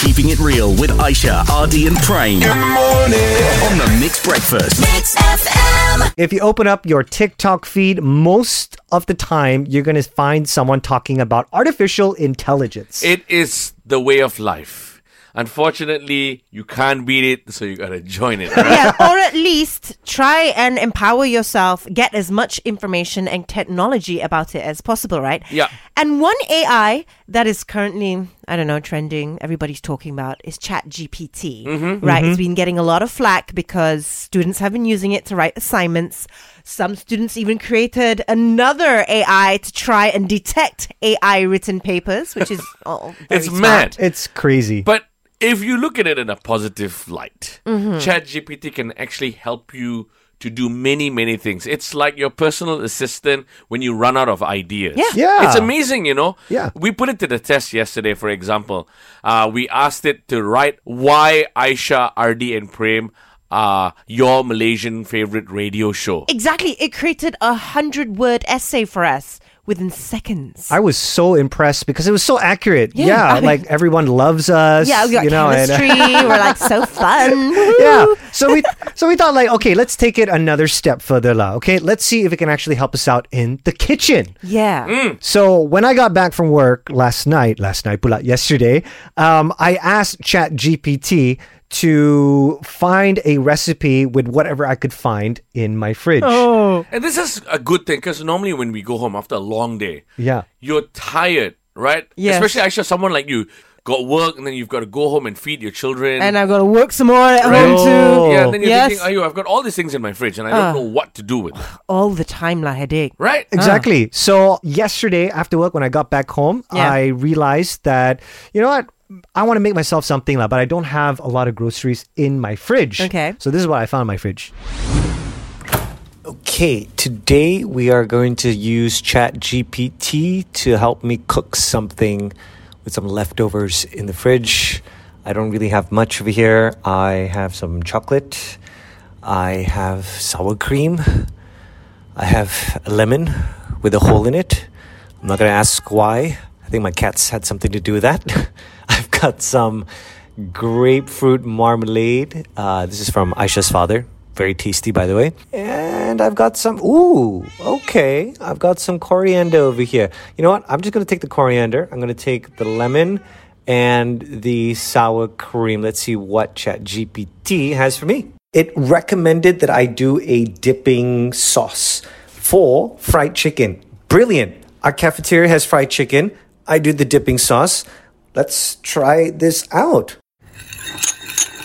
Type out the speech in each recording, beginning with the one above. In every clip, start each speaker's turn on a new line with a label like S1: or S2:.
S1: Keeping It Real with Aisha, Ardy, and Prane. Good morning. On the Mixed Breakfast.
S2: Mix FM.
S3: If you open up your TikTok feed, most of the time you're going to find someone talking about artificial intelligence.
S4: It is the way of life. Unfortunately, you can't beat it, so you gotta join it.
S5: yeah, or at least try and empower yourself, get as much information and technology about it as possible, right?
S4: Yeah.
S5: And one AI that is currently, I don't know, trending, everybody's talking about is ChatGPT,
S4: Mm-hmm.
S5: right? It's been getting a lot of flack because students have been using it to write assignments. Some students even created another AI to try and detect AI written papers, which is all very
S4: It's
S5: smart.
S4: mad.
S3: It's crazy.
S4: But if you look at it in a positive light, ChatGPT can actually help you to do many, many things. It's like your personal assistant when you run out of ideas.
S5: Yeah.
S3: Yeah.
S4: It's amazing, you know?
S3: Yeah.
S4: We put it to the test yesterday, for example. Uh, we asked it to write why Aisha, Ardi, and Prem are your Malaysian favorite radio show.
S5: Exactly. It created a hundred word essay for us within seconds.
S3: I was so impressed because it was so accurate. Yeah,
S5: Yeah.
S3: like everyone loves us.
S5: yeah, we got
S3: you know, and- uh,
S5: chemistry. we're like so fun.
S3: yeah. So we so we thought like, okay, let's take it another step further, lah. Okay, let's see if it can actually help us out in the kitchen.
S5: Yeah.
S3: Mm. So when I got back from work last night, last night, pula, yesterday, um, I asked Chat GPT to find a recipe with whatever I could find in my fridge.
S5: Oh.
S4: And this is a good thing because normally when we go home after a long day,
S3: Yeah.
S4: you're tired, right?
S5: Yes.
S4: Especially actually someone like you got work and then you've got to go home and feed your children.
S5: And I've got to work some more at
S4: Right.
S5: home too.
S4: yeah, then you're
S5: Yes.
S4: thinking, oh, I've got all these things in my fridge and I don't know what to do with it,
S5: All the time, la headache.
S4: right?
S3: Exactly. So yesterday after work, when I got back home,
S5: Yeah.
S3: I realized that you know what. I want to make myself something, lah, but I don't have a lot of groceries in my fridge.
S5: Okay.
S3: So this is what I found in my fridge.
S6: Okay, today we are going to use ChatGPT to help me cook something with some leftovers in the fridge. I don't really have much over here. I have some chocolate. I have sour cream. I have a lemon with a hole in it. I'm not going to ask why. I think my cats had something to do with that. I've got some grapefruit marmalade. Uh, this is from Aisha's father. Very tasty, by the way. And I've got some. Ooh, okay. I've got some coriander over here. You know what? I'm just going to take the coriander. I'm going to take the lemon and the sour cream. Let's see what ChatGPT has for me. It recommended that I do a dipping sauce for fried chicken. Brilliant. Our cafeteria has fried chicken. I do the dipping sauce. Let's try this out.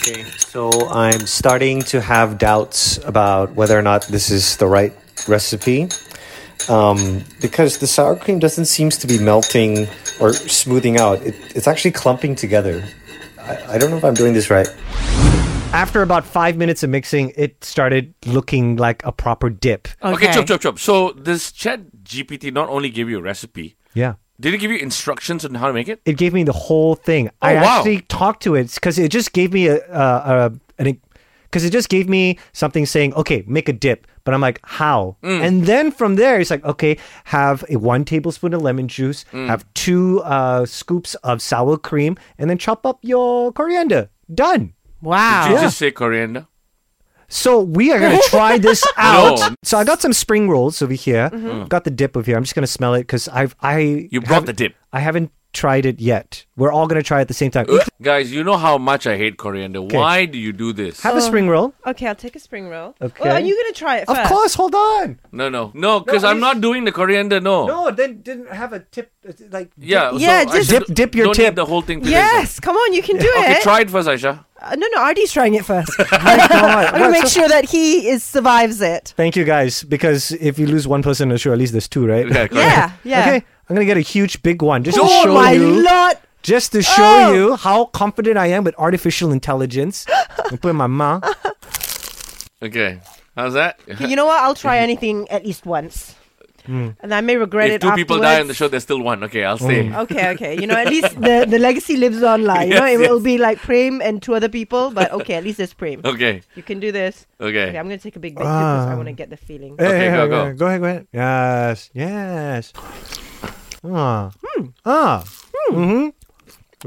S6: Okay, so I'm starting to have doubts about whether or not this is the right recipe um, because the sour cream doesn't seem to be melting or smoothing out. It, it's actually clumping together. I, I don't know if I'm doing this right.
S3: After about five minutes of mixing, it started looking like a proper dip.
S4: Okay, chop, chop, chop. So this chat GPT not only gave you a recipe,
S3: Yeah.
S4: did it give you instructions on how to make it?
S3: It gave me the whole thing. I
S4: Oh, wow.
S3: actually talked to it because it just gave me a, a, a an because it just gave me something saying, okay, make a dip. But I'm like, how?
S4: Mm.
S3: And then from there, it's like, okay, have a one tablespoon of lemon juice,
S4: Mm.
S3: have two uh, scoops of sour cream, and then chop up your coriander. Done.
S5: Wow.
S4: Did you just say coriander?
S3: So we are gonna try this out.
S4: No.
S3: So I got some spring rolls over here. Got the dip over here. I'm just gonna smell it because I've I
S4: Mm-hmm. You brought
S3: haven't-
S4: the dip.
S3: I haven't tried it yet. We're all gonna try it at the same time.
S4: Guys, you know how much I hate coriander. Why do you do this?
S3: Have a spring roll.
S5: Okay, I'll take a spring roll.
S3: Okay.
S5: are you going to try it
S3: Of
S5: first?
S3: course. Hold on.
S4: no, no, no, because I'm not doing the coriander. No,
S3: No, then didn't have a tip. Like
S4: yeah,
S5: Yeah,
S4: so I
S5: just-
S4: should-
S3: Dip- dip your
S4: don't
S3: tip.
S4: Need the whole thing. today, though.
S5: Yes, come on, you can do
S4: Okay,
S5: it.
S4: try it first, Aisha.
S5: Uh, no, no, Artie's trying it first.
S3: God,
S5: I'm going to
S3: what's
S5: make
S3: up?
S5: sure that he is survives it.
S3: Thank you guys because if you lose one person, sure, at least there's two, right?
S4: Yeah, correct.
S5: Yeah, yeah.
S3: Okay, I'm gonna get a huge big one just to
S5: Oh
S3: show
S5: my Oh.
S3: you.
S5: lord.
S3: just to show you how confident I am with artificial intelligence. I put in my mouth.
S4: Okay. How's that?
S5: You know what? I'll try anything at least once.
S7: Hmm.
S5: And I may regret
S4: if
S5: it
S4: two people die on the
S5: afterwards.
S4: show, there's still one. Okay, I'll stay.
S5: Okay, okay. You know, at least the, the legacy lives on, like, you know, it
S4: Yes,
S5: will be like Prem and two other people, but okay, at least there's Prem.
S4: Okay.
S5: You can do this.
S4: Okay.
S5: Okay, Oh. I'm going to take a big bite because
S7: Ah.
S5: I want to get the feeling.
S7: Eh.
S4: Okay,
S3: Yeah,
S4: go,
S3: yeah,
S4: go.
S3: yeah. Go ahead, go ahead.
S5: Hmm.
S3: Yes, yes. Ah. Ah. Mm-hmm.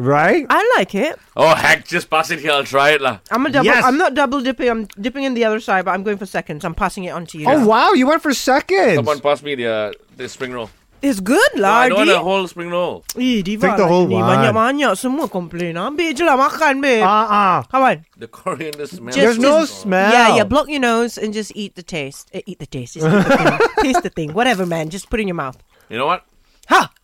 S7: right?
S5: I like it.
S4: Oh heck, just pass it here. I'll try it lah.
S5: I'm a double.
S7: Yes.
S5: I'm not double dipping. I'm dipping in the other side, but I'm going for seconds. I'm passing it on to you.
S7: Oh wow, you went for seconds.
S4: Someone pass me the uh, the spring roll.
S5: It's good lah.
S4: I don't want a
S5: Adi.
S4: whole spring roll.
S5: Ih, Diva.
S7: Take the whole
S5: ni
S7: one.
S5: Banyak-banyak semua complain. Ambil je lah makan, babe.
S7: Uh
S5: Uh,
S7: uh
S5: Kawan.
S4: The coriander smell.
S7: There's
S5: Just-
S7: no
S5: just-
S7: smell.
S5: Yeah, yeah. Block your nose and just eat the taste. Eh, eat the taste. Just eat the thing. taste the thing. Whatever, man. Just put it in your mouth.
S4: you know what?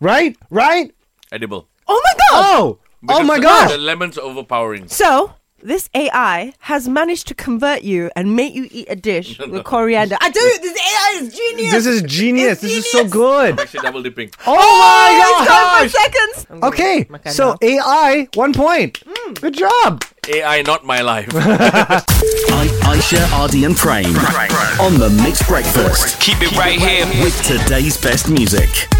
S7: Right, right.
S4: Edible.
S5: Oh my god!
S7: Oh, oh
S4: Because
S7: my
S4: the-
S7: gosh.
S4: The lemon's overpowering.
S5: So this AI has managed to convert you and make you eat a dish with coriander. I tell you, this AI is genius.
S7: This is genius.
S5: It's
S7: This is so
S5: genius.
S7: good.
S4: Actually, double dipping.
S7: Oh,
S5: It's
S7: my
S5: gone for
S7: gosh.
S5: seconds. I'm gonna
S7: Okay,
S5: eat my kind
S7: so
S5: now.
S7: AI, one point.
S5: Hmm.
S7: Good job.
S4: AI, not my life.
S1: I- Aisha, Ardy, and Prane on the Mixed Breakfast
S8: Keep it right here.
S1: with today's best music.